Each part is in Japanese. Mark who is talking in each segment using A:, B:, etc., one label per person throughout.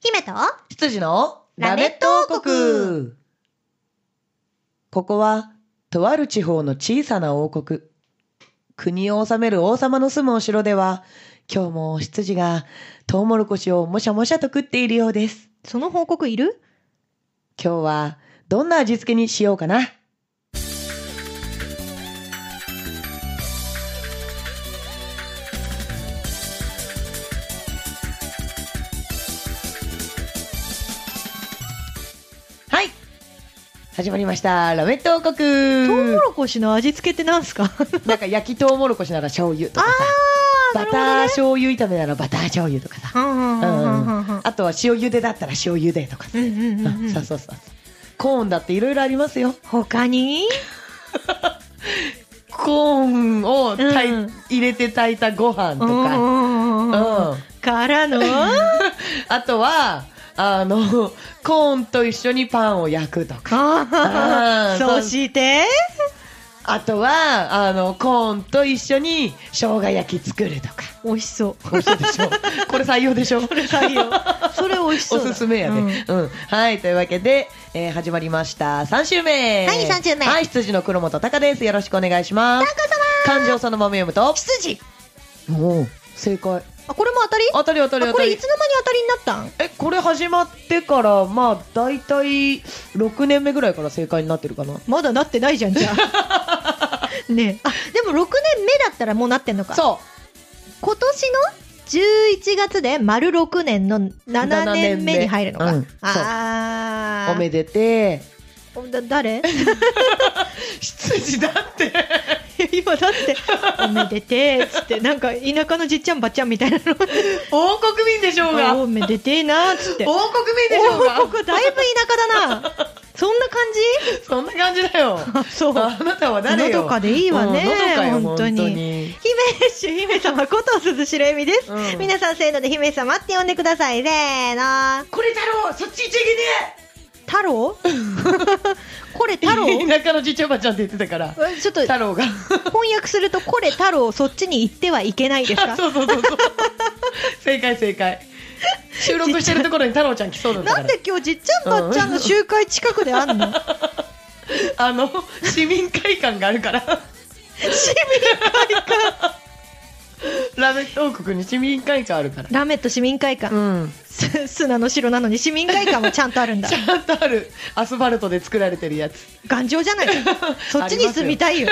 A: 姫と
B: 羊のラメット王国ここは、とある地方の小さな王国。国を治める王様の住むお城では、今日も羊がトウモロコシをもしゃもしゃと食っているようです。
A: その報告いる
B: 今日は、どんな味付けにしようかなはい始まりました。ラメット王国
A: トウモロコシの味付けってなんすか
B: なんか焼きとうもろこしなら醤油とかさ
A: あーな
B: バ
A: るほ
B: タ
A: どね
B: ー醤油炒めならバター醤油とかさ
A: うん
B: あとは塩茹でだったら塩茹でとかさ、
A: うんう
B: うん
A: ん
B: そうそうそうコーンだっていろいろありますよ
A: 他に
B: コーンを炊い
A: うん
B: 入れて炊いたご飯と
A: うん
B: か、
A: うんうん
B: う
A: うん
B: ん、
A: からの
B: あとはあのコーンと一緒にパンを焼くとか
A: あー
B: そう
A: そして
B: あとはあのコーンと一緒に生姜焼き作るとか
A: 美味しそう
B: 美味しいで しょこれ採用でしょ
A: 採 用それ美味しそう
B: お
A: だ
B: すすめやね、うん。はい、というわけで、えー始まりました。3週目。
A: はい三週目
B: はい、羊の黒本隆です。よろしくお願いします。漢字をそのまま読むと。
A: 羊
B: お正解。
A: あこれも当たり
B: 当たり当たり
A: あ
B: 当
A: こ
B: た
A: れい
B: り
A: つ。の間に当たりになった ん
B: え、これ始まってから、まあ、だいたい6年目ぐらいから正解になってるかな。
A: まだなってないじゃんじゃあ ねえあでも6年目だったらもうなってんのか
B: そ
A: 今年の11月で丸6年の7年目に入るのか、
B: うんそう
A: ああ
B: う。おめでて
A: だ誰
B: ー。羊だって。
A: 今だって「おめでて」っつってなんか田舎のじっちゃんばっちゃんみたいなの
B: 王国民でしょうが。
A: あ「
B: 王
A: おめでてえな」っつって
B: 国民でしょう
A: 王
B: が。
A: 国だいぶ田舎だなそんな感
B: そんな感じだよ。
A: じあそう
B: あなたは誰よ。
A: のどかでいいわね
B: うんのどかよ
A: 本当に
B: 本当に
A: 姫主姫様こと鈴しれみです、
B: うん
A: 皆さんせーので姫様って呼んでくださいせーの
B: これ太郎そっち行っちゃい
A: 太郎 これ太郎
B: けねえ田舎の じいちゃんおばあちゃんって言ってたから
A: うんちょっと
B: 太郎が
A: 翻訳すると、これ太郎、そっちに行ってはいけないですか。
B: そうそうそうそう正解正解収録してるところに太郎ちゃん来そうだったか
A: な
B: ら
A: んで今日じっちゃんばっちゃんの集会近くであん の
B: あの市民会館があるから
A: 市民
B: ラメット王国に市民会館あるから
A: ラメット市民会館、
B: うん
A: す砂の城なのに市民会館もちゃんとある んだ
B: ちゃんとあるアスファルトで作られてるやつ
A: 頑丈じゃないそっちに住みたいよ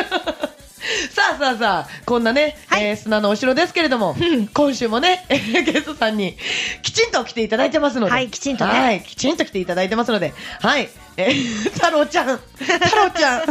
B: さあさあさあこんなね、
A: はい
B: えー砂のお城ですけれども、
A: うん
B: 今週もね、え ーゲストさんにきちんと来ていただいてますので
A: はいきちんとね
B: はいきちんと来ていただいてますのではい、えー、 太郎ちゃん太郎 ちゃん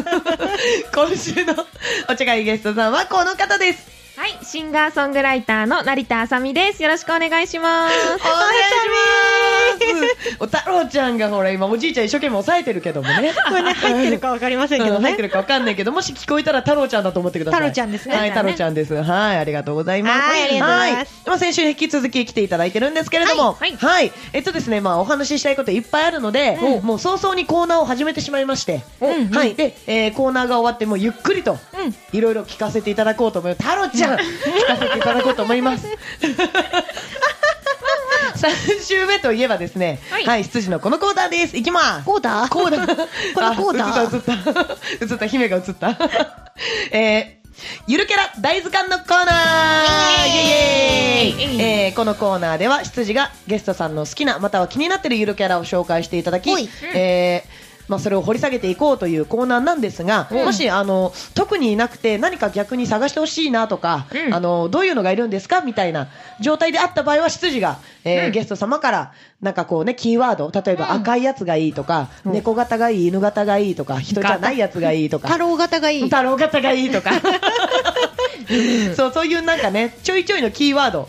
B: 今週のお茶会ゲストさんはこの方です
C: はい、シンガーソングライターの成田あさみです。よろしくお願いします。
B: お願いしますお太郎ちゃんがほら今おじいちゃん一生懸命抑えてるけども ね
A: これね入ってるかわかりませんけ
B: う
A: ど
B: ん入って
A: ね
B: るかわかんないけどもし聞こえたら太郎ちゃんだと思ってください
A: 太郎ちゃんですね
B: はい太郎ちゃんですはいありがとうございます
A: はいありがとうございます
B: はまあ先週に引き続き来ていただいてるんですけれども
C: はいはい
B: はいえっとですねまあお話ししたいこといっぱいあるので
A: うん
B: もう早々にコーナーを始めてしまいまして
A: うん
B: はいでえーコーナーが終わってもうゆっくりと
A: うん
B: いろいろ聞かせていただこうと思います太郎ちゃん聞かせていただこうと思います 3週目といえばですね
C: はい
B: はい羊のこのコーナーですいきます
A: こうだ
B: コーダー。
A: これコーダー
B: あ映った、映った。映った、姫が映った。 えー、ゆるキャラ大図鑑のコーナーイエーイ
C: イエーイ
B: えーこのコーナーでは、羊がゲストさんの好きな、または気になってるゆるキャラを紹介していただき
A: ほい、
B: えーまあ、それを掘り下げていこうというコーナーなんですが、もしあの特にいなくて何か逆に探してほしいなとか、
C: うん
B: あのどういうのがいるんですかみたいな状態であった場合は執事が、えー
C: うん
B: ゲスト様からなんかこうねキーワード例えば赤いやつがいいとか、猫型がいい犬型がいいとか人じゃないやつがいいとか
A: 太郎型がいい
B: 太郎型がいいとかそうそういうなんかねちょいちょいのキーワード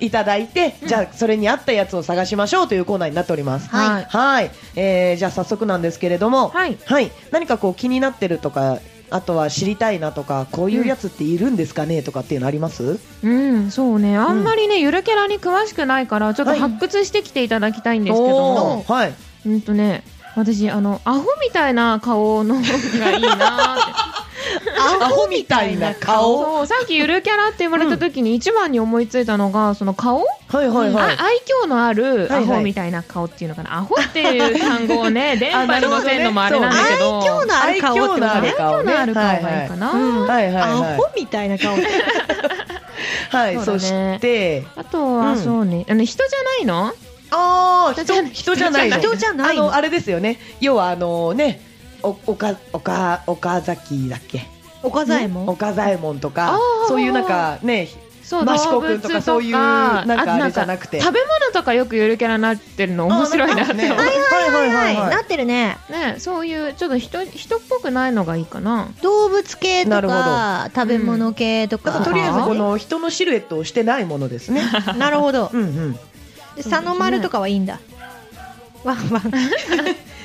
B: いただいて、じゃあそれに合ったやつを探しましょうというコーナーになっております
A: はい
B: はいえーじゃあ早速なんですけれども、
C: はい
B: 何かこう気になってるとかあとは知りたいなとかこういうやつっているんですかねとかっていうのあります、
C: うん、そうね。あんまりね、ゆるキャラに詳しくないから、ちょっと
B: はい
C: 発掘してきていただきたいんですけど
B: お、ーはい
C: うん とね、私、あの、アホみたいな顔のがいいなーって。
B: アホみたいな顔。
C: そう、さっきゆるキャラって言われた時に一番に思いついたのが、その顔、
B: はいはいは
C: あ
B: い。
C: 愛嬌のあ
B: は
C: る
B: い
C: ア
B: はい
C: ホみたいな顔っていうのかな、アホっていう単語を ね、電波に乗せるのもあれなんだけど、
A: 今日のある顔ってことね
B: 愛嬌。のある顔ね
C: 愛嬌のある顔がいいかな。
A: はいはいうん
B: はいはい
A: ア
B: は
A: ホみたいな顔。
B: い。はい、
C: そ
B: そう
C: だね
B: して、
C: あと
B: う
C: は、
B: ん
C: そうね、あの人じゃないの
B: ああ、
C: 人じゃ
B: 人、人じゃないの。
A: 人じゃない
B: あ
A: の
B: の、あれですよね。要は、あのね、お、おか、おか、岡崎だっけ。
A: 岡左衛門。
B: 岡左衛門とか
C: あー、
B: そういうなんか、ね、
C: そう、
B: マシコ
C: 動
B: く
C: 物
B: んと
C: とか、
B: かそういうなんかあれじゃ
C: あ
B: なくて
C: 食べ物とかよくゆるキャラになってるの面白いなって
B: ね。
C: 思う。
B: はいはい
A: は、
B: はいいはい。
A: なってるね。
C: ね、そういうちょっと人人っぽくないのがいいかな。
A: 動物系と
B: なる
A: か食べ物系と
B: だ
A: か、
B: からとりあえず
C: あー
B: この人のシルエットをしてないものですね。
A: なるほど
B: うんうん。
A: で佐野丸とかはいいんだワンワン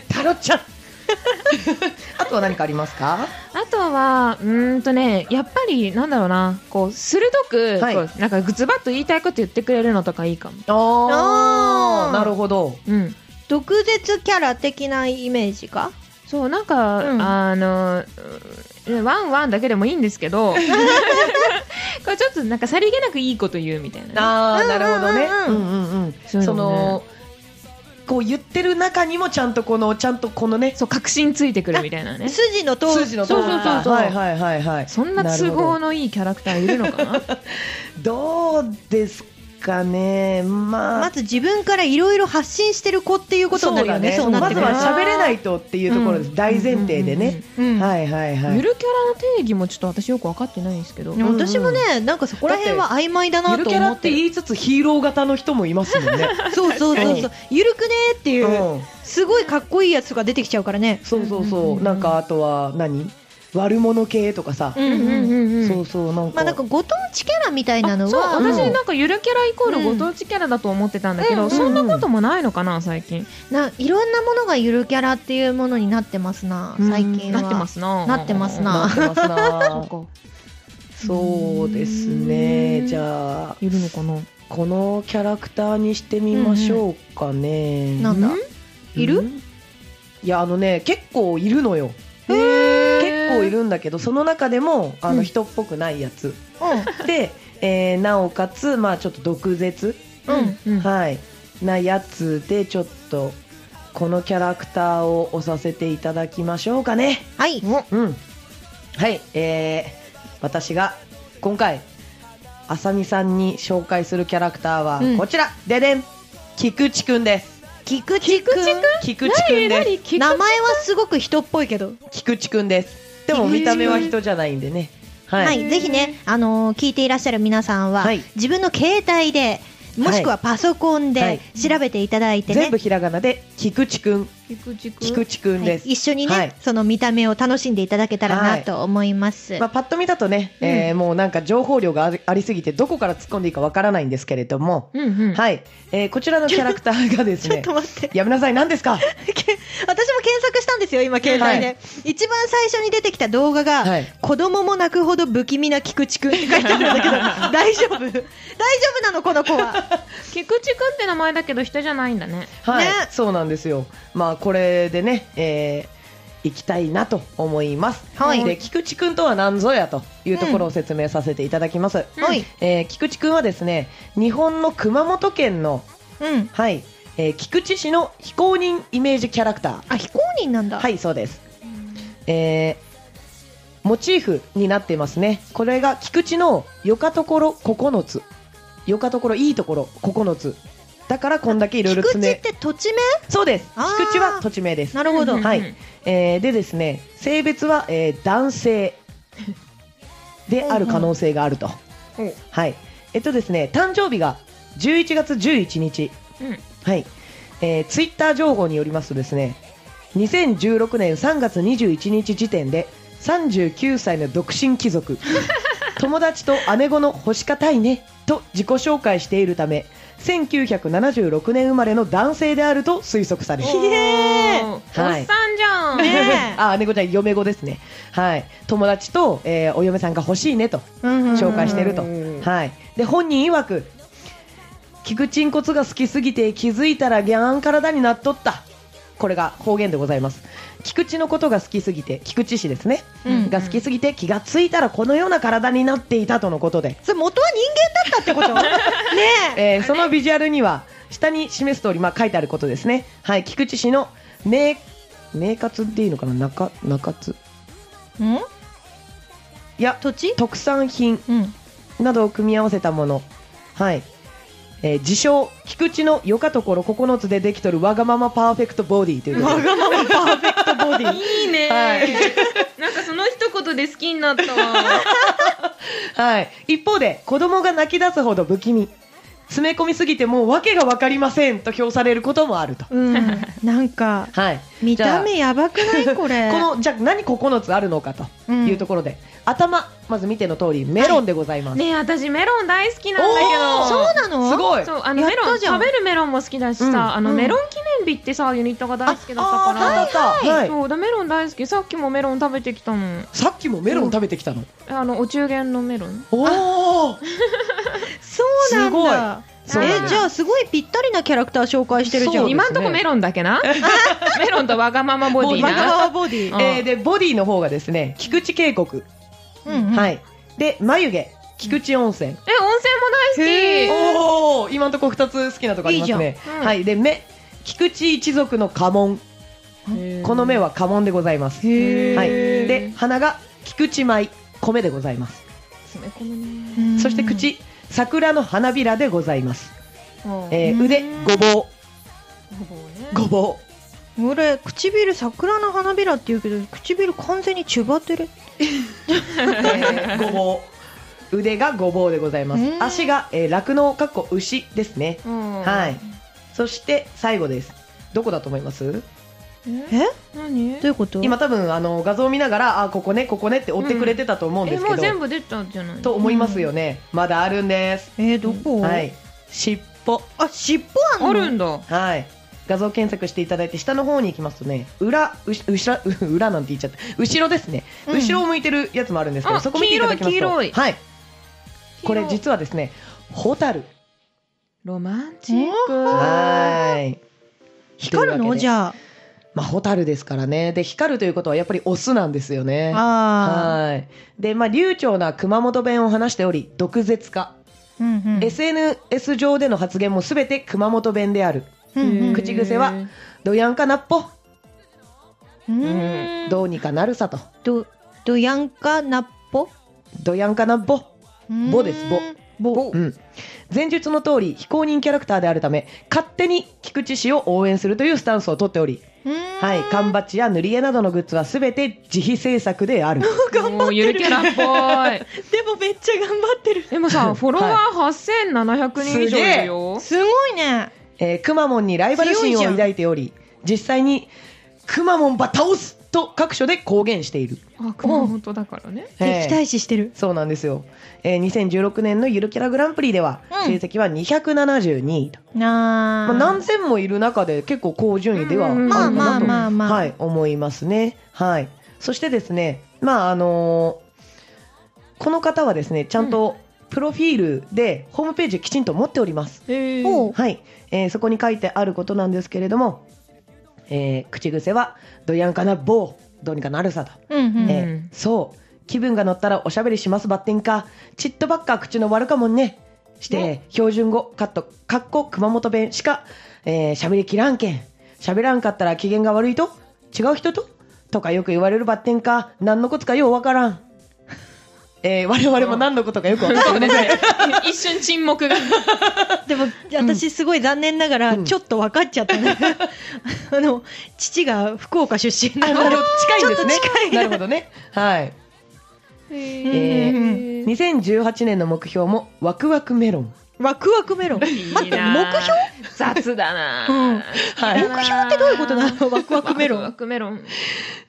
B: タロちゃん。 あとは何かありますか？
C: あとはうーんとね、やっぱりなんだろうな、こう鋭く、
B: はい
C: こうなんかズバッと言いたいこと言ってくれるのとかいいかも。
A: あー
B: なるほど。
C: うん。
A: 毒舌キャラ的なイメージか
C: そうなんか、
A: うん
C: あのうんワンワンだけでもいいんです けどこれちょっとなんかさりげなくいいこと言うみたいなね
B: あーなるほどね。
A: う
B: うんんうん。
C: そううんいう
B: そ
C: のね
B: のこう言ってる中にもちゃんとこのちゃんとこのね
C: そう確信ついてくるみたい なね
A: 筋の通
B: 筋の通っ
C: そうそうそう
B: た
C: そう
B: はいはいはいはい。
C: そんな都合のいいキャラクターいるのかな
B: どうですかね。ま
A: ま
B: あ。
A: ず自分からいろいろ発信してる子っていうことになるよねそうな
B: ま
A: っ
B: ず
A: てくる
B: は
A: と
B: 喋れないとっていうところです、大前提でね、、
A: うん
B: はいはい
C: うん
B: は
C: うんうんうんゆ
B: い
C: るキャラの定義もちょっと私よく分かってないんですけど、
A: でも私もねなんかそこら辺は曖昧だな
B: ゆる
A: と
B: キャ
A: 思
B: ラ
A: っ
B: ってて
A: る
B: 言いつつヒーロー型の人もいますもんね、
A: そうそうそうそうゆるくねーっていう
B: うん、
A: すごいかっこいいやつが出てきちゃうからね
B: そうそう
C: うんうん
B: そ
C: うんう
B: うんなんかあとは何悪者系とかさ、
A: う
C: うんうんうんうん
B: そうそうなんか,、
A: まあなんかご当地キャラみたいなのは
C: あそう私
B: うん
C: なんかゆるキャライコールご当地キャラだと思ってたんだけど、
A: うん
C: そんなこともないのかな最近、
A: ないろんなものがゆるキャラっていうものになってますな最近は
C: なってますな
A: なってますな
B: なってます
C: そっ
B: な
C: か
B: そうです
C: う
B: ね
C: ん
B: じゃあ
C: いるのかな
B: このキャラクターにしてみましょうかね、
A: なんだ
C: うん
A: いる
B: うんいやあのね結構いるのよ結構いるんだけどその中でもあ
C: う
B: の
C: ん
B: 人っぽくないやつ、
A: う
B: で、えーなおかつまあちょっと毒舌
A: んうん
C: うん
B: はい、なやつでちょっとこのキャラクターを押させていただきましょうかね
A: はい
B: うんはいえー、私が今回あさみさんに紹介するキャラクターは
A: うん
B: こちら、ででん菊池くんです
A: 菊池くん
B: 菊池くんです
C: 何聞く
A: 名前はすごく人っぽいけど
B: 菊池くんですでも見た目は人じゃないんでねはい、
A: はい、ぜひね、あのー聞いていらっしゃる皆さんは、
B: はい
A: 自分の携帯でもしくはパソコン
B: は
A: で
B: い
A: 調べていただいてね、
B: 全部ひらがなで菊池くん
C: 菊池くん
B: 菊池くん
A: は
B: で
A: い
B: す、
A: 一緒にね、
B: はい
A: その見た目を楽しんでいただけたらなと思います。
B: まあ、パッと見だとね、えーもうなんか情報量がありありすぎてどこから突っ込んでいいかわからないんですけれども、
C: うんうん
B: はい、えーこちらのキャラクターがです
A: ちょっ
B: ね
A: と待って、
B: やめなさい何ですか
A: 私も検索したんですよ、今、携帯で、
B: は
A: 一番最初に出てきた動画が、
B: はい
A: 子供も泣くほど不気味な菊池くんって書いてあるんだけど、大丈夫、大丈夫なの、この子は。
C: 菊池くんって名前だけど人じゃないんだね
B: はい、
A: ね
B: そうなんですよまあこれでね、えー行きたいなと思います、
A: はい
B: で菊池くんとは何ぞやというところを説明させていただきます、
A: はい、
B: えー菊池くんはですね日本の熊本県の、
A: うん、
B: はいえー菊池市の非公認イメージキャラクター
A: あ非公認なんだ。
B: はい、そうです。えーモチーフになっていますね。これが菊池のよかところ9つ。よかところ、いいところ9つ。だからこんだけいろいろ
A: 菊池
B: 詰
A: っ
B: め。
A: て土地
B: そうです。
A: あー
B: 菊池は土地名です
A: 名。なるほど、
C: うん
B: はいえーでですね、性別は、えー男性である可能性があると。
C: うん
B: はい。えっとですね、誕生日が11月11日。
C: うん
B: はい、えーツイッター情報によりますとですね2016年3月21日時点で39歳の独身貴族友達と姉子の星堅いねと自己紹介しているため1976年生まれの男性であると推測される
A: ひえ
C: お
B: は
C: ー
B: い
C: おっさんじゃん
A: ねえ
B: あ姉子ちゃん嫁子ですねはい友達と、えーお嫁さんが欲しいねと紹介してると、はい、で本人曰く菊池んこつが好きすぎて気づいたらギャン体になっとったこれが方言でございます菊池のことが好きすぎて菊池市ですね、
C: うん
B: が好きすぎて気がついたらこのような体になっていたとのことで、
A: それ元は人間だったってことねえ
B: えーそのビジュアルには下に示す通りまあ書いてあることですねはい菊池市の名名活でいいのかな中中津
A: ん
B: いや
A: 土地
B: 特産品
A: うん
B: などを組み合わせたものはい、えー自称菊池のよかところ9つでできとるわがままパーフェクトボディということで
A: がままパーフェクトボディ
C: いいね、
B: はい
C: なんかその一言で好きになったわ
B: はい、一方で子供が泣き出すほど不気味詰め込みすぎてもう訳が分かりませんと評されることもあると、
A: うんなんか
B: はい、
A: 見た目やばくないこ
B: じ
A: れ
B: ゃあこのじゃあ何9つあるのかと
A: うん
B: いうところで、頭まず見ての通りメロンでございます、
C: ねえ私メロン大好きなんだ
B: おー
C: けど
A: そうなの
B: すごい
C: そうあの
A: やっ
C: メロ
A: た
C: ン
A: じゃん
C: 食べるメロンも好きだしさ、
B: うん
C: あの
A: うん
C: メロン記念日ってさユニットが大好きだった
B: あ
C: か
B: あだ
C: ら
B: ったはいはい
C: そうだメロン大好きさっきもメロン食べてきたの
B: さっきもメロン食べてきたの、
C: あのお中元のメロン
B: おお
A: そうなんだ
B: すごいそうなんだ
A: えじゃあすごいぴったりなキャラクター紹介してるじゃん
B: そうですね
C: 今んとこメロンだけ なメロンとわがままボディ
A: わがま
C: な
A: まボディ
C: あ
B: えーでボディの方がですね菊池渓谷、
A: うんうん
B: はいで眉毛菊池温泉、
C: え温泉も
A: へ
C: 大好
B: おお今のとこ2つ好きなとこありますね
A: いい
C: じゃんうん
B: はいで目菊池一族の家紋
C: き
B: この目は家紋でございます。
A: へー
B: はい、
C: へー
B: で鼻が菊池米米でございます。
C: 詰め込む
A: う
C: ね
A: ん
B: そして口桜の花びらでございます。え
A: う
B: ー、
A: ん
B: 腕ごぼ
C: ごぼうね
B: うごぼ
A: 俺唇桜の花びらって言うけど唇完全にチュバってる
B: う、えー、ごぼ う腕がごぼうでございま
A: うん
B: す。足がえー酪農、かっこ牛ですね。
C: うん
B: はい。そして最後です。どこだと思います？
A: え
C: え
A: ど
C: 何
A: ういうこと
B: 今多分あの画像を見ながらあここねここねって追ってくれてたと思うんで
C: え
B: すけ
C: も
B: ど、
C: う全部出たんじゃない
B: と思いますよね。まだあるんです。
A: えーどこ
B: はい。尻尾。
A: あ尻尾あんの
C: あるんだ
B: はい。画像検索していただいて下の方に行きますとね裏うし後ろ 裏なんて言っちゃった後ろですね、
A: うん
B: 後ろを向いてるやつもあるんですけど
C: あ
B: そこ見ていただきますと
C: 黄色い黄色い
B: はいこれ
C: 実
B: 実はですねホタル
C: ロマンチック
B: はい
A: 光る
B: というわ
A: の
B: けで
A: じゃ
B: まあホタルですからねで光るということはやっぱりオスなんですよね
A: ああ
B: はいでまあ流暢な熊本弁を話しており毒舌化、
A: ーうんうん
B: SNS 上での発言もすべて熊本弁である
A: うんうん
B: 口癖はどやんかなっぽ
A: う
B: うんんどうにかなるさと
A: どどやんかなっぽ
B: どやんかなっぽ
A: うん
B: ぼですぼ
A: ぼ
B: うん、前述の通り非公認キャラクターであるため勝手に菊池氏を応援するというスタンスを取っており、
A: うん
B: はい、缶バッジや塗り絵などのグッズは全て自費制作であ る
C: 頑張ってるゆるキャラっぽい
A: でもめっちゃ頑張ってる
C: でもさフォロワー8700人以上いるよ
A: すごいね
B: えーくまモンにライバル心を抱いており実際に「くまモンば倒す!」と各所で公言している、
C: あ熊本だからね
B: えー
A: 敵対視してる
B: そうなんですよ、えー2016年のゆるキャラグランプリでは
A: うん
B: 成績は272位と、
A: な
B: まあ、何千もいる中で結構高順位ではあるの
A: まあ
B: か
A: まあ
B: なと
A: まあまあ
B: はい、思いますね。はい。そしてですね、まああのーこの方はですね、ちゃんとプロフィールでホームページきちんと持っております。
C: へー
A: ほう
B: はい、えーそこに書いてあることなんですけれども、えー口癖はどやんかな棒どうにかなるさと、
A: うんうん
B: えー
C: うん
B: そう気分が乗ったらおしゃべりしますばってんかちっとばっか口の悪かもんねして標準語カットかっこ熊本弁しかえーしゃべりきらんけんしゃべらんかったら機嫌が悪いと違う人ととかよく言われるばってんか何のことかようわからん、えー我々も何のことかよくわからん
C: そうですね一瞬沈黙が
A: でも私すごい残念ながら
B: うん
A: ちょっと分かっちゃった ねあの父が福岡出身な
B: なる
A: の
B: ほ
A: で
B: ど近いんですね
A: ちょっと近い
B: なるほどねはい
A: え
C: へー
B: 2018年の目標もワクワクメロン
A: ワクワクメロン
C: いいな
A: 待って目標
C: 雑だ
A: うん
C: な
B: はい
A: 目標ってどういうことなのワクワクメロ
C: ワ
A: ン
C: クメロン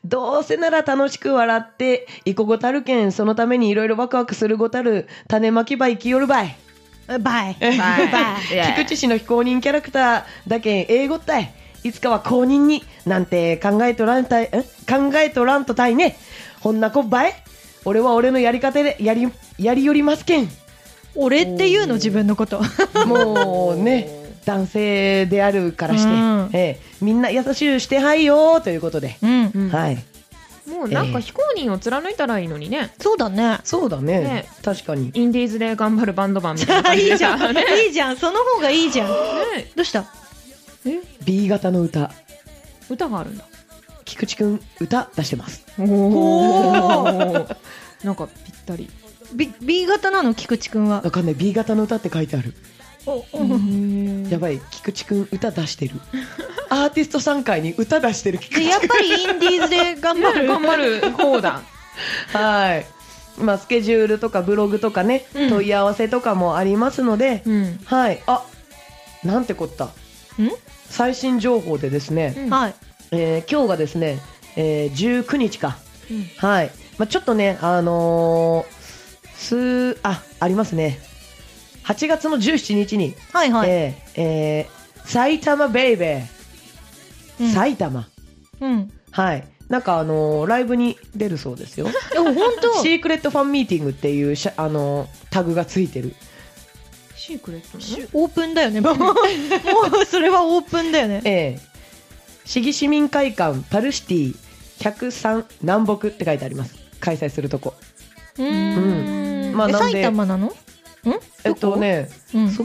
B: どうせなら楽しく笑って、いこごたるけん、そのためにいろいろワクワクするごたる、種まきばいきよるばい。
A: バイ
C: バイ
A: バ
C: いや
B: 菊池氏の非公認キャラクターだけん、英語ったい。いつかは公認に、なんて考えとらんたい、ん考えとらんとたいね。ほんなこばい。俺は俺のやり方で、やり、やりよりますけん。
A: 俺っていうの自分のこと
B: もうね、男性であるからし
A: う
B: て、
A: ん
B: ええみんな優しゅうしてはいよということで、
A: うん。
C: うん
B: はい
C: もうなんか非公認を貫いたらいいのにね、
A: そうだね。
B: そうだね
C: ね
B: 確かに
C: インディーズで頑張るバンドマンみたいな感じ
A: い
C: で
A: いじゃ
C: さ
A: ん。
C: ね
A: いいじゃん。その方がいいじゃん。ど
C: ね
A: うした
C: え
B: B 型の歌
C: 歌があるんだ
B: 菊池くん歌出してます
C: お
A: お
C: ーなんかぴったり
A: ?B, B 型なの菊池くんは
B: わ。かんない B 型の歌って書いてあるや
C: や
B: ばい菊池くん歌出してるアーティスト参会に歌出してる菊
A: で
B: 池
A: やっぱりインディーズで頑張る。
C: 頑張る方だ
B: はいまあスケジュールとかブログとかね、
C: うん
B: 問い合わせとかもありますので、
C: うん
B: はいあなんてこった最新情報でですね、
C: うん
A: はい。
B: えー今日がですね、えー19日か
C: うん
B: はい、まあ、ちょっとねあのー、数あありますね8月の17日に、
A: はいはい。
B: えーえー埼玉ベイベ
A: うん
B: ー埼玉、
A: うん。
B: はいなんかあのーライブに出るそうですよ
A: え、ほんと
B: シークレットファンミーティングっていうしゃ、あのータグがついてる
C: シークレットなの
A: オープンだよね。もう、もうそれはオープンだよね。
B: ええ市議市民会館パルシティ103南北って書いてあります開催するとこ
A: うーん。
B: まあ
A: え
B: なんで
A: 埼玉なのん
B: えっと。ね
A: どこうん
B: そ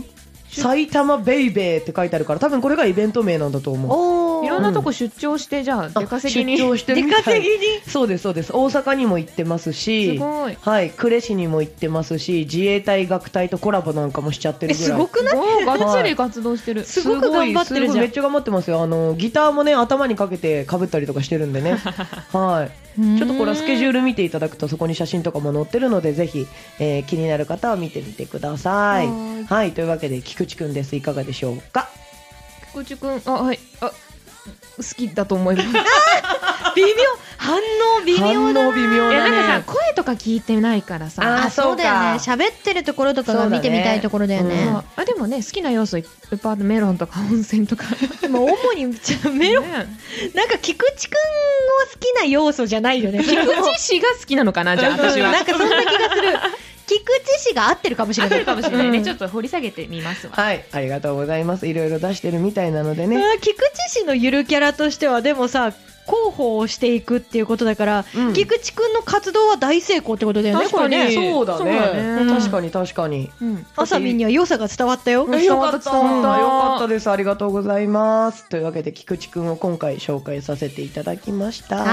B: 埼玉ベイベーって書いてあるから多分これがイベント名なんだと思う
A: おー
C: いろんなとこ出張してじゃあ出稼ぎに
B: あ出張して
A: 出
B: るみたい
A: 稼ぎに。
B: そうですそうです大阪にも行ってます
C: す
B: し
C: ごい
B: はい呉市にも行ってますし自衛隊学隊とコラボなんかもしちゃって
A: え、
B: るぐ
A: す
B: らい
A: ごくない
C: おーがっつり活動してる
A: すごく頑張ってるじゃん
B: すごいすごいめっちゃ頑張ってますよあのギターもね頭にかけてかぶったりとかしてるんでねはいちょっとこれはスケジュー
A: ル。
B: ル見ていただくとそこに写真とかも載ってるのでぜひ、えー気になる方は見てみてください。
C: は
B: は
C: ー
B: い
C: い
B: というわけで菊池くんですいかがでしょうか
C: 菊池くんあはいあ好きだと思いますい
A: 微妙反応微妙だ
B: 反応微妙
C: や
B: だ
C: な
B: ね。
C: んかさ声とか聞いてないからさ
B: あ
A: あ、そうだよね。
B: そ
A: 喋ってるところとかが見てみたいところだよ
B: そうだねうん
A: ね。
C: ああでもね好きな要素いっぱいあってメロンとか温泉とか
A: まあ、主にじゃあメロン、
C: ね
A: なんか菊池くんを好きな要素じゃ ないよね。菊
C: 菊池氏が好きなのかなじゃあ私は
A: なんかそんな気がする。菊池氏が合ってるかもしれ
C: 合っ
A: な
C: て
A: い。
C: るかもしれないね、ちょ
A: っ
C: っと掘り下げてみますわ
B: はいありがとうございますいろいろ出してるみたいなのでね。
A: 菊池氏のゆるキャラとしては、でもさ、広報をしていくっていうことだから、
B: うん
A: 菊池くんの活動は大成功ってことだよね、
C: 確
A: これ
C: かに
A: ね。
B: そうだ
C: そうだ
B: ね
C: ね
B: 確かに確かに。
C: うん
A: あさみんには良さが伝わったよ。
C: うん
B: えよかった
C: 伝わった伝わった
B: よかったですありがとうございますというわけで菊池くんを今回紹介させていただきました
A: は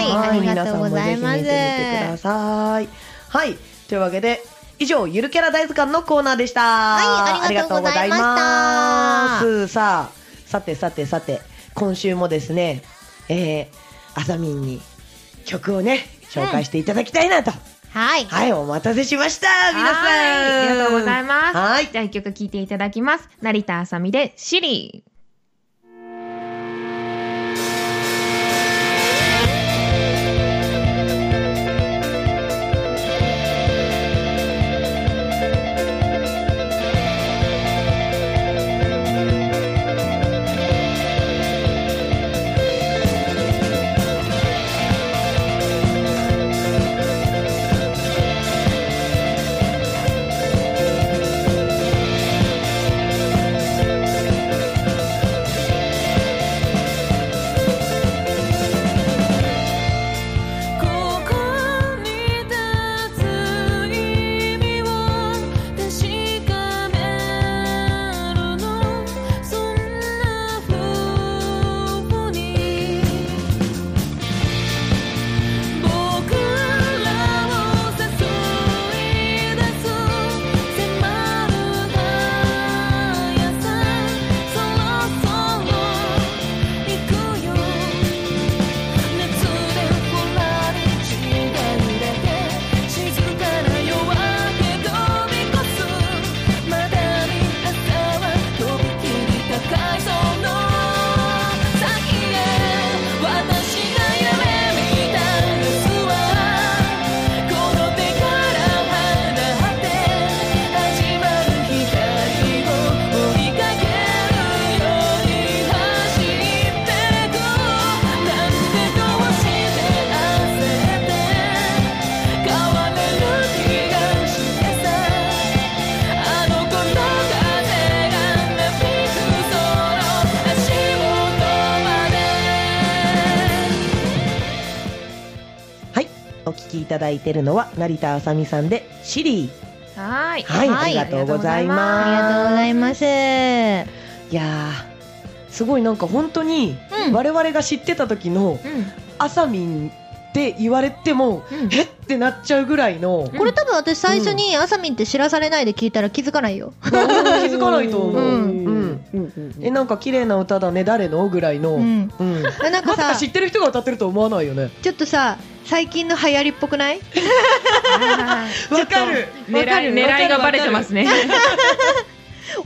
A: いあり
B: 皆
A: が
B: さ
A: と
B: ん
A: う
B: も
A: ご
B: ぜ
A: ざ
B: ひ
A: い
B: 見
A: ます
B: てみてくださいはいというわけで以上ゆるキャラ大図鑑のコーナーでした
A: はいありがとうございました
B: ありがとうございますさあさてさてさて今週もですねえー、あさみんに曲をね紹介していただきたいなと、
A: はい。
B: はいお待たせしました皆さん
C: はいありがとうございます
B: はい
C: じゃあ一曲聴いていただきます成田あさみで「シリー
B: 「ただいてるのは成田あさみさんでシリー
C: はーい。
B: はい、
A: はい
B: ありがとうございま
A: あ
B: す
A: りがとうございます。
B: いやーすごいなんか本当に
A: うん
B: 我々が知ってた時の
C: ありがとうございま
B: あさみんって言われても
C: す。うん。うん
B: えってなっちゃうぐらいの
A: これ多分私最初にあさみんって知らされないで聞いたら気づかないよ。
B: 気づかないと思う、
A: う
B: うんえなんか綺麗な歌だね誰のぐらいの、
A: う
B: うん
A: ん。えなん
B: ま
A: か
B: さか
A: さ、
B: 知ってる人が歌ってると思わないよね
A: ちょっとさ、最近の流行りっぽくない
C: あ
B: わかる
C: ー 狙い狙いがバレてます
B: ね
C: ね。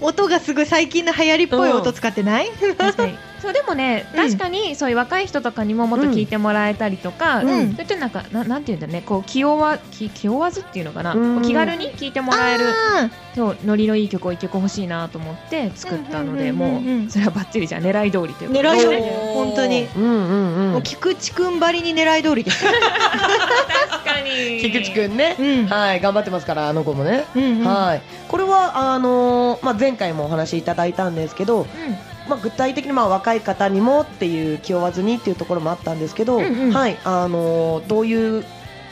A: 音がすごい最近の流行りっぽい音使ってない
C: 確かに。そうでもね、
A: うん
C: 確かにそういう若い人とかにももっと聞いてもらえたりとか、
A: うん
C: そういったなんかななんていうんだろうね、こう気負わ気気負わずっていうのかな、
B: うん
C: こう気軽に聞いてもらえる、そうノリのいい曲を一曲欲しいなと思って作ったので、
A: うんうんうんうんうん
C: もうそれはバッチリじゃん狙い通りということで
A: 狙い通り
B: おー
A: 本当に
B: うんうんう
A: もうん菊池くんばりに狙い通りです。
C: 確かに
B: 菊池くんね
A: う、ん。
B: はい頑張ってますからあの子もね、
A: うんうん
B: はいこれはあのーまあ、前回もお話しいただいたんですけど、まあ、具体的にまあ若い方にもっていう気負わずにっていうところもあったんですけど、
C: うんうん
B: はいあのーどういう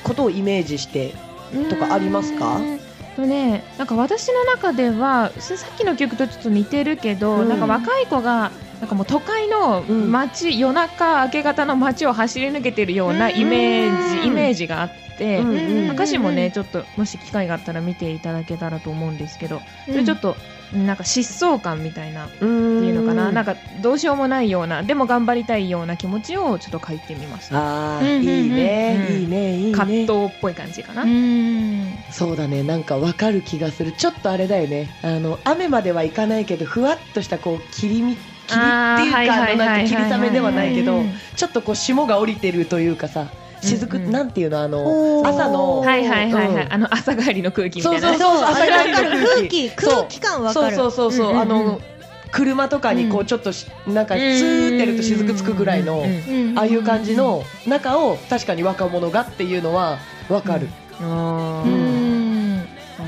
B: ことをイメージして
C: うん
B: とかありますか
C: うーんとねなんか私の中ではささっきの曲とちょっと似てるけど、
B: うん
C: なんか若い子がなんかもう都会の
B: うん
C: 街、夜中明け方の街を走り抜けてるようなイメージ、
A: うん
C: イメージがあって、
B: うん
A: うん
C: まあ歌詞も
A: うんうんう
C: ね
A: ん
C: ちょっともし機会があったら見ていただけたらと思うんですけど、それちょっとなんか疾走感みたいなっててい
B: いう
C: のかな、なん
B: か
C: かどうしようもないようなでも頑張りたいような気持ちをちょっと書いてみました
B: あ
A: うんうん
B: ー
A: うん
B: いいね、
C: うん
B: いいねいいね
C: 葛藤っぽい感じかな、
A: うんうん。
B: そうだねなんかわかる気がするちょっとあれだよねあの雨まではいかないけどふわっとしたこう霧み霧
C: あ
B: って
C: ー
B: いう
C: はい
B: か
C: はい
B: あのなんか霧雨ではないけ
A: う
B: ど
A: ん
B: ちょっとこう霜が降りてるというかさ雫、
C: うんうん
B: なんていうのあの
A: おー
B: 朝の、
C: はいはいはいはい、
B: うん
C: あの朝帰りの空気みた
B: そ
C: いうな
B: そう
C: ね
B: そう
A: わ
B: 朝
A: かる
B: 帰りの
A: 空
B: 空気
A: 気、空気感わ
B: そ
A: か
B: う
A: る。
B: そうそうそう、
C: うんうんうん
B: あの車とかにこうちょっとしなんかツーってやると雫つくぐらいの、
C: うんうん
A: うん
B: ああいう感じ。の中を確かに若者がっていうのはわかる、
C: あ
A: う
C: ー
A: ん。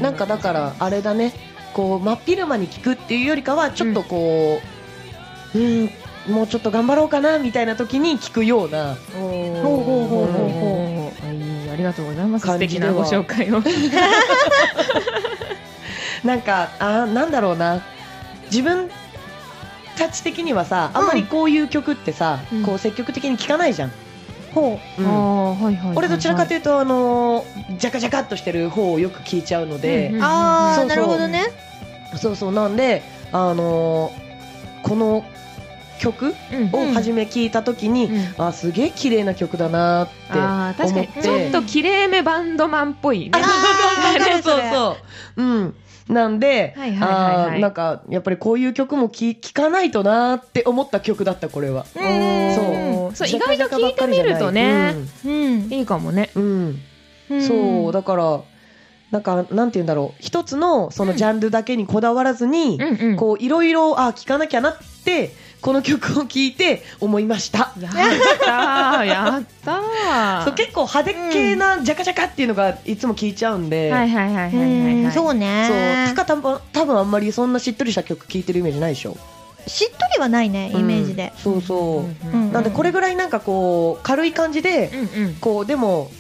B: なんかだからあれだねこう真っ昼間に聞くっていうよりかはちょっとこううん、もうちょっと頑張ろうかなみたいな時に聞くような
C: お
A: ほうほうほ
C: ー
B: うほう
A: ほ
C: あいいありがとうございます素
B: 感じ
C: 敵
B: では
C: なご紹介を
B: なんかあーなんだろうな自分たち的にはさあんまりこういう曲ってさ、
C: うん
B: こう積極的に聞かないじゃん。
A: ほ
B: うん
C: あーはいはいはいはい
B: 俺どちらかというと、あのージャカジャカっとしてる方をよく聞いちゃうので、
C: うんう
A: う。
C: ん
A: あ
B: そ
A: あ、
B: うそう
A: なるほどね。
B: そうそうなんで、あのーこの曲
C: うん
B: を初め聞いた時に、
C: うん
B: あすげえ綺麗な曲だなーって
C: あー確かに
B: 思って
C: ちょっと綺麗めバンドマンっぽいね
A: あーわかる
B: そうそう
A: う。
B: そううんなんで、
C: はいはいはいはい
B: あーなんかやっぱりこういう曲も聴聴かないとなーって思った曲だったこれは。
A: う
B: そ
A: ん。
C: そう
B: ジャカジャカばっかり
C: 意外と聞いてみるとね
A: う。うん。
C: いいかもね
B: うん、うん、そうだからなんかなんて言うんだろう一つのそのジャンルだけにこだわらずに、
C: うんうん
B: こういろいろあ聴かなきゃなってこの曲を聴いて思いました。
C: やったーやったー
B: そう結構派手系なジャカジャカっていうのがいつも聴いちゃうんで、
C: はいはいはいはいはいは
A: う
C: い
A: んそう
B: そう
A: ね。
B: たかたま多分あんまりそんなしっとりした曲聴いてるイメージないでしょ
A: しっとりはないね、イメージで。
B: そうそう、
A: うん
B: なんでこれぐらいなんかこう軽い感じで、
C: うんうん
B: こうでも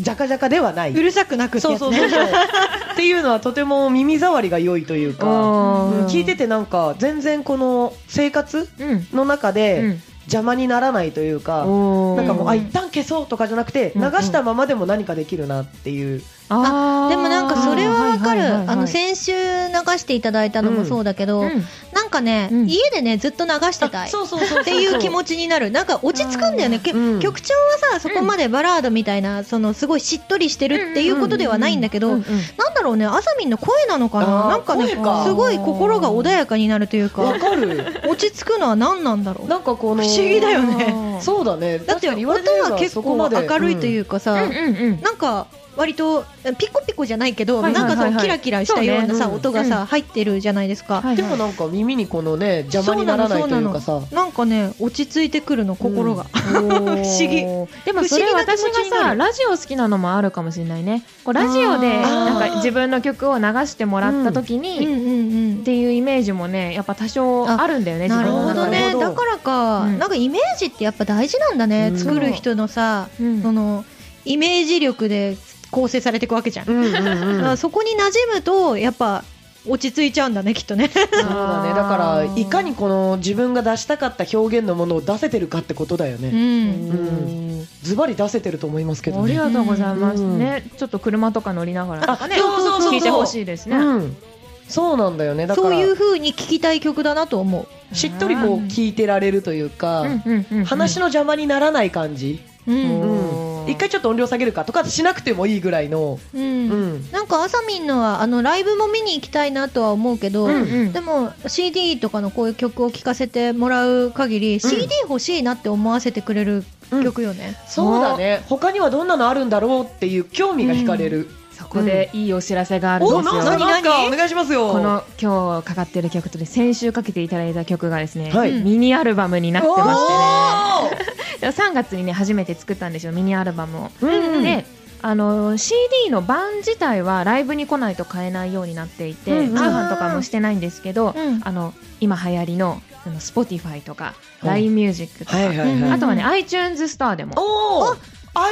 B: ジャカジャカではない、
A: うるさくなくって
B: そう
A: やつ
B: そうそ
A: ね。
B: うそうっていうのはとても耳障りが良いというか、うん聞いて
C: て、
B: てなんか全然この生活
C: うん
B: の中
C: う
B: で
C: ん、
B: 邪魔にならないというか、
C: おー
B: なんかもう、
A: うん
B: あ一旦消そうとかじゃなくて
C: う
B: 流
C: んうん
B: したままでも何かできるなっていう、
C: あー
A: でもなんかそれはわかる。
C: いいい
A: あの先週流していただいたのもそうだけど、
C: うん
A: なんかね、
C: うん
A: 家でねずっと流してた
B: あ
A: い。
B: そうそうそうそう
A: っていう気持ちになる。なんか落ち着くんだよね。け
B: うん
A: 曲調はさ、そこまでバラードみたいな、そのすごいしっとりしてるっていうことではないんだけ
C: うんう
A: ど
C: ん、
A: なんだろうね、あさみんの声なのか
B: あ
A: な
B: ー
A: なんかね、
B: 声か
A: すごい心が穏やかになると いう
B: わ
A: か、
B: かる
A: 落ち着くのは何なんだろう。
B: なんかこの
A: 不思議だよ
C: ね
B: そうだね
A: だって
B: 確かに
A: 音
B: 言われてみれば
A: は結
B: そこ
A: 構
B: まで
A: 明るいといううかさ、
C: うんうんうん
A: なんか割とピコピコじゃないけど、
C: はいはいはいはい
A: なんかそうキラキラしたような
B: そう
A: さ、
B: ねうん
A: 音がさ、入ってるじゃないですか、
B: んでもなんか耳にこのね邪魔にならないというかさ
A: なんかね落ち着いてくるの心が、
C: 不
A: 思議
C: でもそれ
A: 不思議な気
C: 私
A: 持ち
C: が
A: にな
C: さ
A: る
C: ラジオ好きなのもあるかもしれないねこうラジオで
A: あ
B: ー
C: なんか自分の曲を流してもらった時
A: うん
C: に、
A: うんうん
C: っていうイメージもねやっぱ多少あるんだよね自
A: なる
C: 分の
A: ほど
C: 中で
B: な
A: ね
B: るほど
A: だからか、
C: うん
A: なんかイメージってやっぱ大事なんだね、
B: うん
A: 作る人のさ、
C: うん
A: そのイメージ力で構成されていくわけじゃん、
B: うんうんうん
A: だからそこに馴染むとやっぱ落ち着いちゃうんだねきっとね
B: そうだねだ
C: あ
B: から
C: ー
B: いかにこの自分が出したかった表現のものを出せてるかってことだよ
A: う
B: ね、
A: ん
B: うんズバリ出せてると思いますけど
C: あり
B: ね
C: がとうございます
B: うん
C: ね、ちょっと車とか乗りながらとかね
B: あそうそうそうそう
C: 聞いてほしいですね、
B: うん、そうなんだよねだか
A: そう
B: ら
A: いう風に聞きたい曲だなと思
B: しっとりこう
C: うん
B: 聞いてられるというか、
C: うんうんうんうん
B: 話の邪魔にならない感じ、
A: うう、
C: うんん
B: 一回ちょっと音量下げるかとかしなくてもいいぐらいの、
A: うん
B: うん
A: なんかあさみんのはあのライブも見に行きたいなとは思うけど、
C: うんうん
A: でも CD とかのこういう曲を聴かせてもらう限り、CD 欲しいなって思わせてくれる曲よね、
B: そうだね他にはどんなのあるんだろうっていう興味が惹かれる、
C: そこでいいお知らせがあるんですよ、
B: おなななんかお願いしますよ
C: この今日かかってる曲とで先週かけていただいた曲がですね、
B: はい
C: ミニアルバムになってま
B: おー
C: してね3月にね初めて作ったんですよミニアルバムを、
B: うんうん
C: であの CD の版自体はライブに来ないと買えないようになっていて、
B: うんうん
C: 通販とかもしてないんですけど、
A: うん
C: あの今流行りのあの Spotify とか
B: うん
C: LINEMUSIC とか、
B: はいはいはい、
A: うん
C: あとはね iTunes ストアでも
B: おお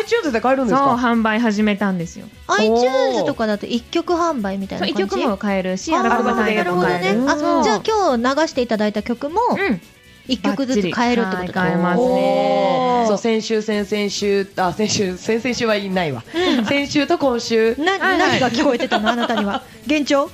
B: iTunes で買えるんで
C: そ
B: す
C: う
B: か
C: 販売始めたんですよ
A: iTunes とかだと1曲販売みたい
C: そ
A: な
C: う
A: 感
C: 1
A: じ
C: 曲も買えるし
A: あー
C: アルバム単位
A: な
C: で
A: るほ
C: も
A: ど
C: 買え
A: ね
C: る
A: あじゃあ今日流していただいた曲も
C: うん
A: 1曲ずつ買えるってこと
C: バッチリ買えます
B: お
C: ね
B: ーそう先週先々週あ先週先々週はいないわ
A: うん
B: 先週と今週
A: な
C: はい
A: 何が聞こえてたのあなたに は幻聴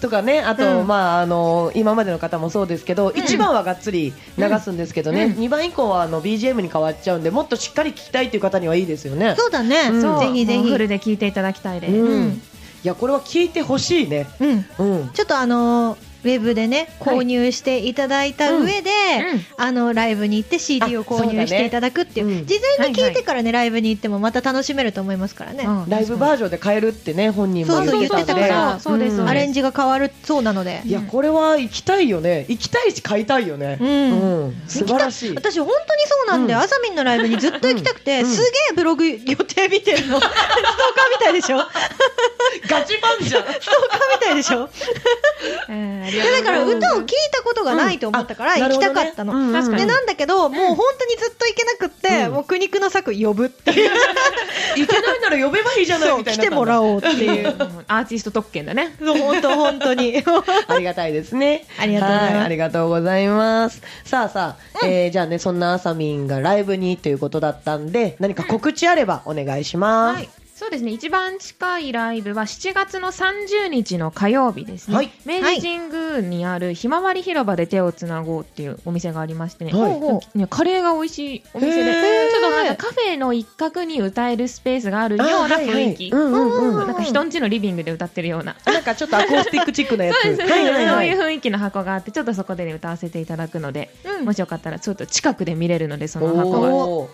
B: とかねあと、
C: うん
B: まああの今までの方もそうですけど、一番はがっつり流すんですけどね、
C: うん
B: 二番以降はあの BGM に変わっちゃうんでもっとしっかり聞きたいっていう方にはいいですよね
A: そうだね、
B: うん
C: そう
A: ぜひぜ
C: もうフル
A: ひ
C: で聴いていただきたいです、
B: うん
A: うん
B: いやこれは聞いてほしいね
A: うん
B: うん
A: ちょっとあのウェブでね
C: はい
A: 購入していただいた上で、
C: うん
A: あのライブに行って CD
B: あ
A: を購
B: そうだね
A: 入していただくっていう
B: うん
A: 事前に聞いてからね、ライブに行ってもまた楽しめると思いますからね、
C: うん
B: ライブバージョンで買えるってね本人も
A: そうそう
B: 言ってたんで
A: 言ってたから
C: そうですそうです
A: アレンジが変わるそうなので
B: い、やこれは行きたいよね行きたいし買いたいよね
A: うん
B: うん、素晴らしい
A: 私本当にそうなんで、
B: うん
A: あさみんのライブにずっと行きたくて、
B: うん
A: すげえブログ予定見てるの ストーカーみたいでしょストー
B: ガチファンじゃん
A: カーみたいでしょ
C: えーあり
A: い
C: が
A: や
C: とう
A: だから歌を
C: ございます
A: 聞いたことがないと思ったから
B: うんあ
A: 行きたかったの、
B: なるほどねうん
C: 確か
A: で
C: に
A: なんだけど、もう
C: うん
A: 本当にずっと行けなくって、
B: うん
A: もう苦肉の策呼ぶっていう
B: 行けないなら呼べばいいじゃない
A: そう
B: みたい
A: 来
B: な
A: てもらおうっていう
C: うんアーティスト特権だね。
A: そう本当本当 に
B: ありがたいですね
A: ありがとうございます
B: はありがとうございますさあさあ、えーじゃあねそんなあさみんがライブにということだったんで何か告知あればお願いします、
C: はい、そうですね一番近いライブは7月の30日の火曜日ですね、
B: はい
C: 明治神宮にあるひまわり広場で手をつなごうっていうお店がありましてね,、
B: はい
C: ねカレーが美味しいお店で
B: へー
C: ちょっとなんかカフェの一角に歌えるスペースがあるよう
B: あ
C: な
B: はいはい
C: 雰囲気、
B: うんうんうん
C: なんか人んちのリビングで歌ってるような。
B: なんかちょっとアコースティックチックなやつ
C: そうですね、
B: はいはいはい
C: そういう雰囲気の箱があってちょっとそこで、ね、歌わせていただくので、
A: うん
C: もしよかったらちょっと近くで見れるのでその箱は
B: おお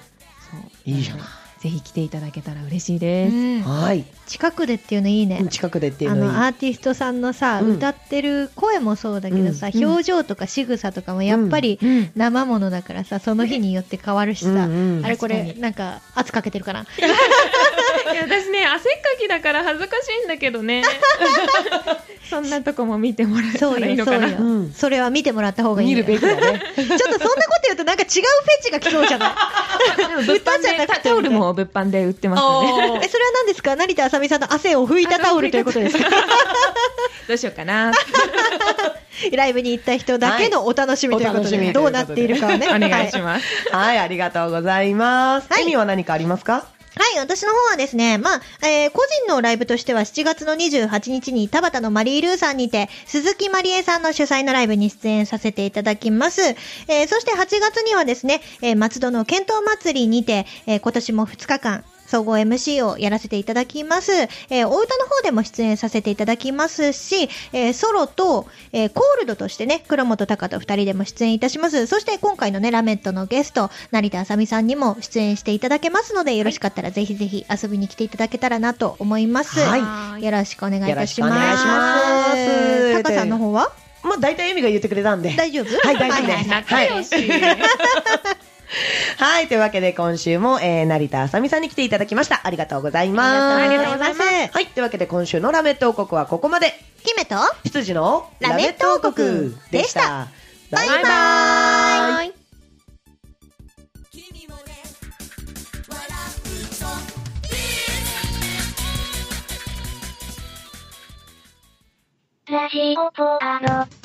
C: そう
B: いいじゃない
C: ぜひ来ていただけたら嬉しいです、
B: はい
A: 近くでっていうのいいね、
B: 近くでっていう
A: あ
B: のいい
A: のアーティストさんのさ、
B: うん
A: 歌ってる声もそうだけどさ、
C: うん
A: 表情とか仕草とかもやっぱり
C: うん
A: 生ものだからさその日によって変わるしさ、
B: うんうん
A: あれこ
C: 確
A: れ
C: か
A: なんか圧かけてるかない
C: や私ね汗っかきだから恥ずかしいんだけど ねそんなとこも見てもらえた
A: そう
C: らいい
A: よ
C: の
A: そ
C: か
A: う
C: な
A: よ、
B: うん
A: それは見てもらった方がいい
B: 見
A: ん
B: る
A: だよ
B: べきだね
A: ちょっ とそんなこと言うとなんか違うフェチが来そうじゃない
C: 物
A: 歌じゃなくて
C: 販でタタオルも物販で売ってますので、
B: おー
A: えそれは何ですか成田あさみさんの汗を拭いたタオルということですか
C: どうしようかな
A: ライブに行った人だけのお楽しみということで、
B: はいお楽しみという
A: どう
B: ことで
A: なっているかはね
C: お願いし
A: はい
C: ます、
B: はいありがとうございます
A: はい
B: エミは何かありますか
A: はい、私の方はですね、まあ、えー個人のライブとしては7月の28日に田端のマリールーさんにて、鈴木マリエさんの主催のライブに出演させていただきます。えーそして8月にはですね、えー松戸の剣闘祭りにて、えー今年も2日間、総合 MC をやらせていただきます。えーお歌の方でも出演させていただきますし、えーソロと、えーコールドとしてね、黒本隆と二人でも出演いたします。そして今回のね、ラメットのゲスト、成田あさみさんにも出演していただけますので、よろしかったらぜひぜひ遊びに来ていただけたらなと思います。
B: はい
A: よろしくお願いいたします。
B: よろしくお願いします
A: タカさんの方は
B: まあ大体エミが言ってくれたんで
A: 大丈夫
B: はい大丈夫
A: は
B: で
A: い。
B: す
C: 仲良し、
B: はい、というわけで今週も、えー、成田あさみさんに来ていただきました。ありがとうございます。
C: ありがとうございます
B: はい、というわけで今週のラメット王国はここまで。
A: 姫と
B: 羊の
A: ラメット王国でした。
B: バイバ
C: バイバ
B: イ
A: バイ
D: 君もね笑うとラジオポアド。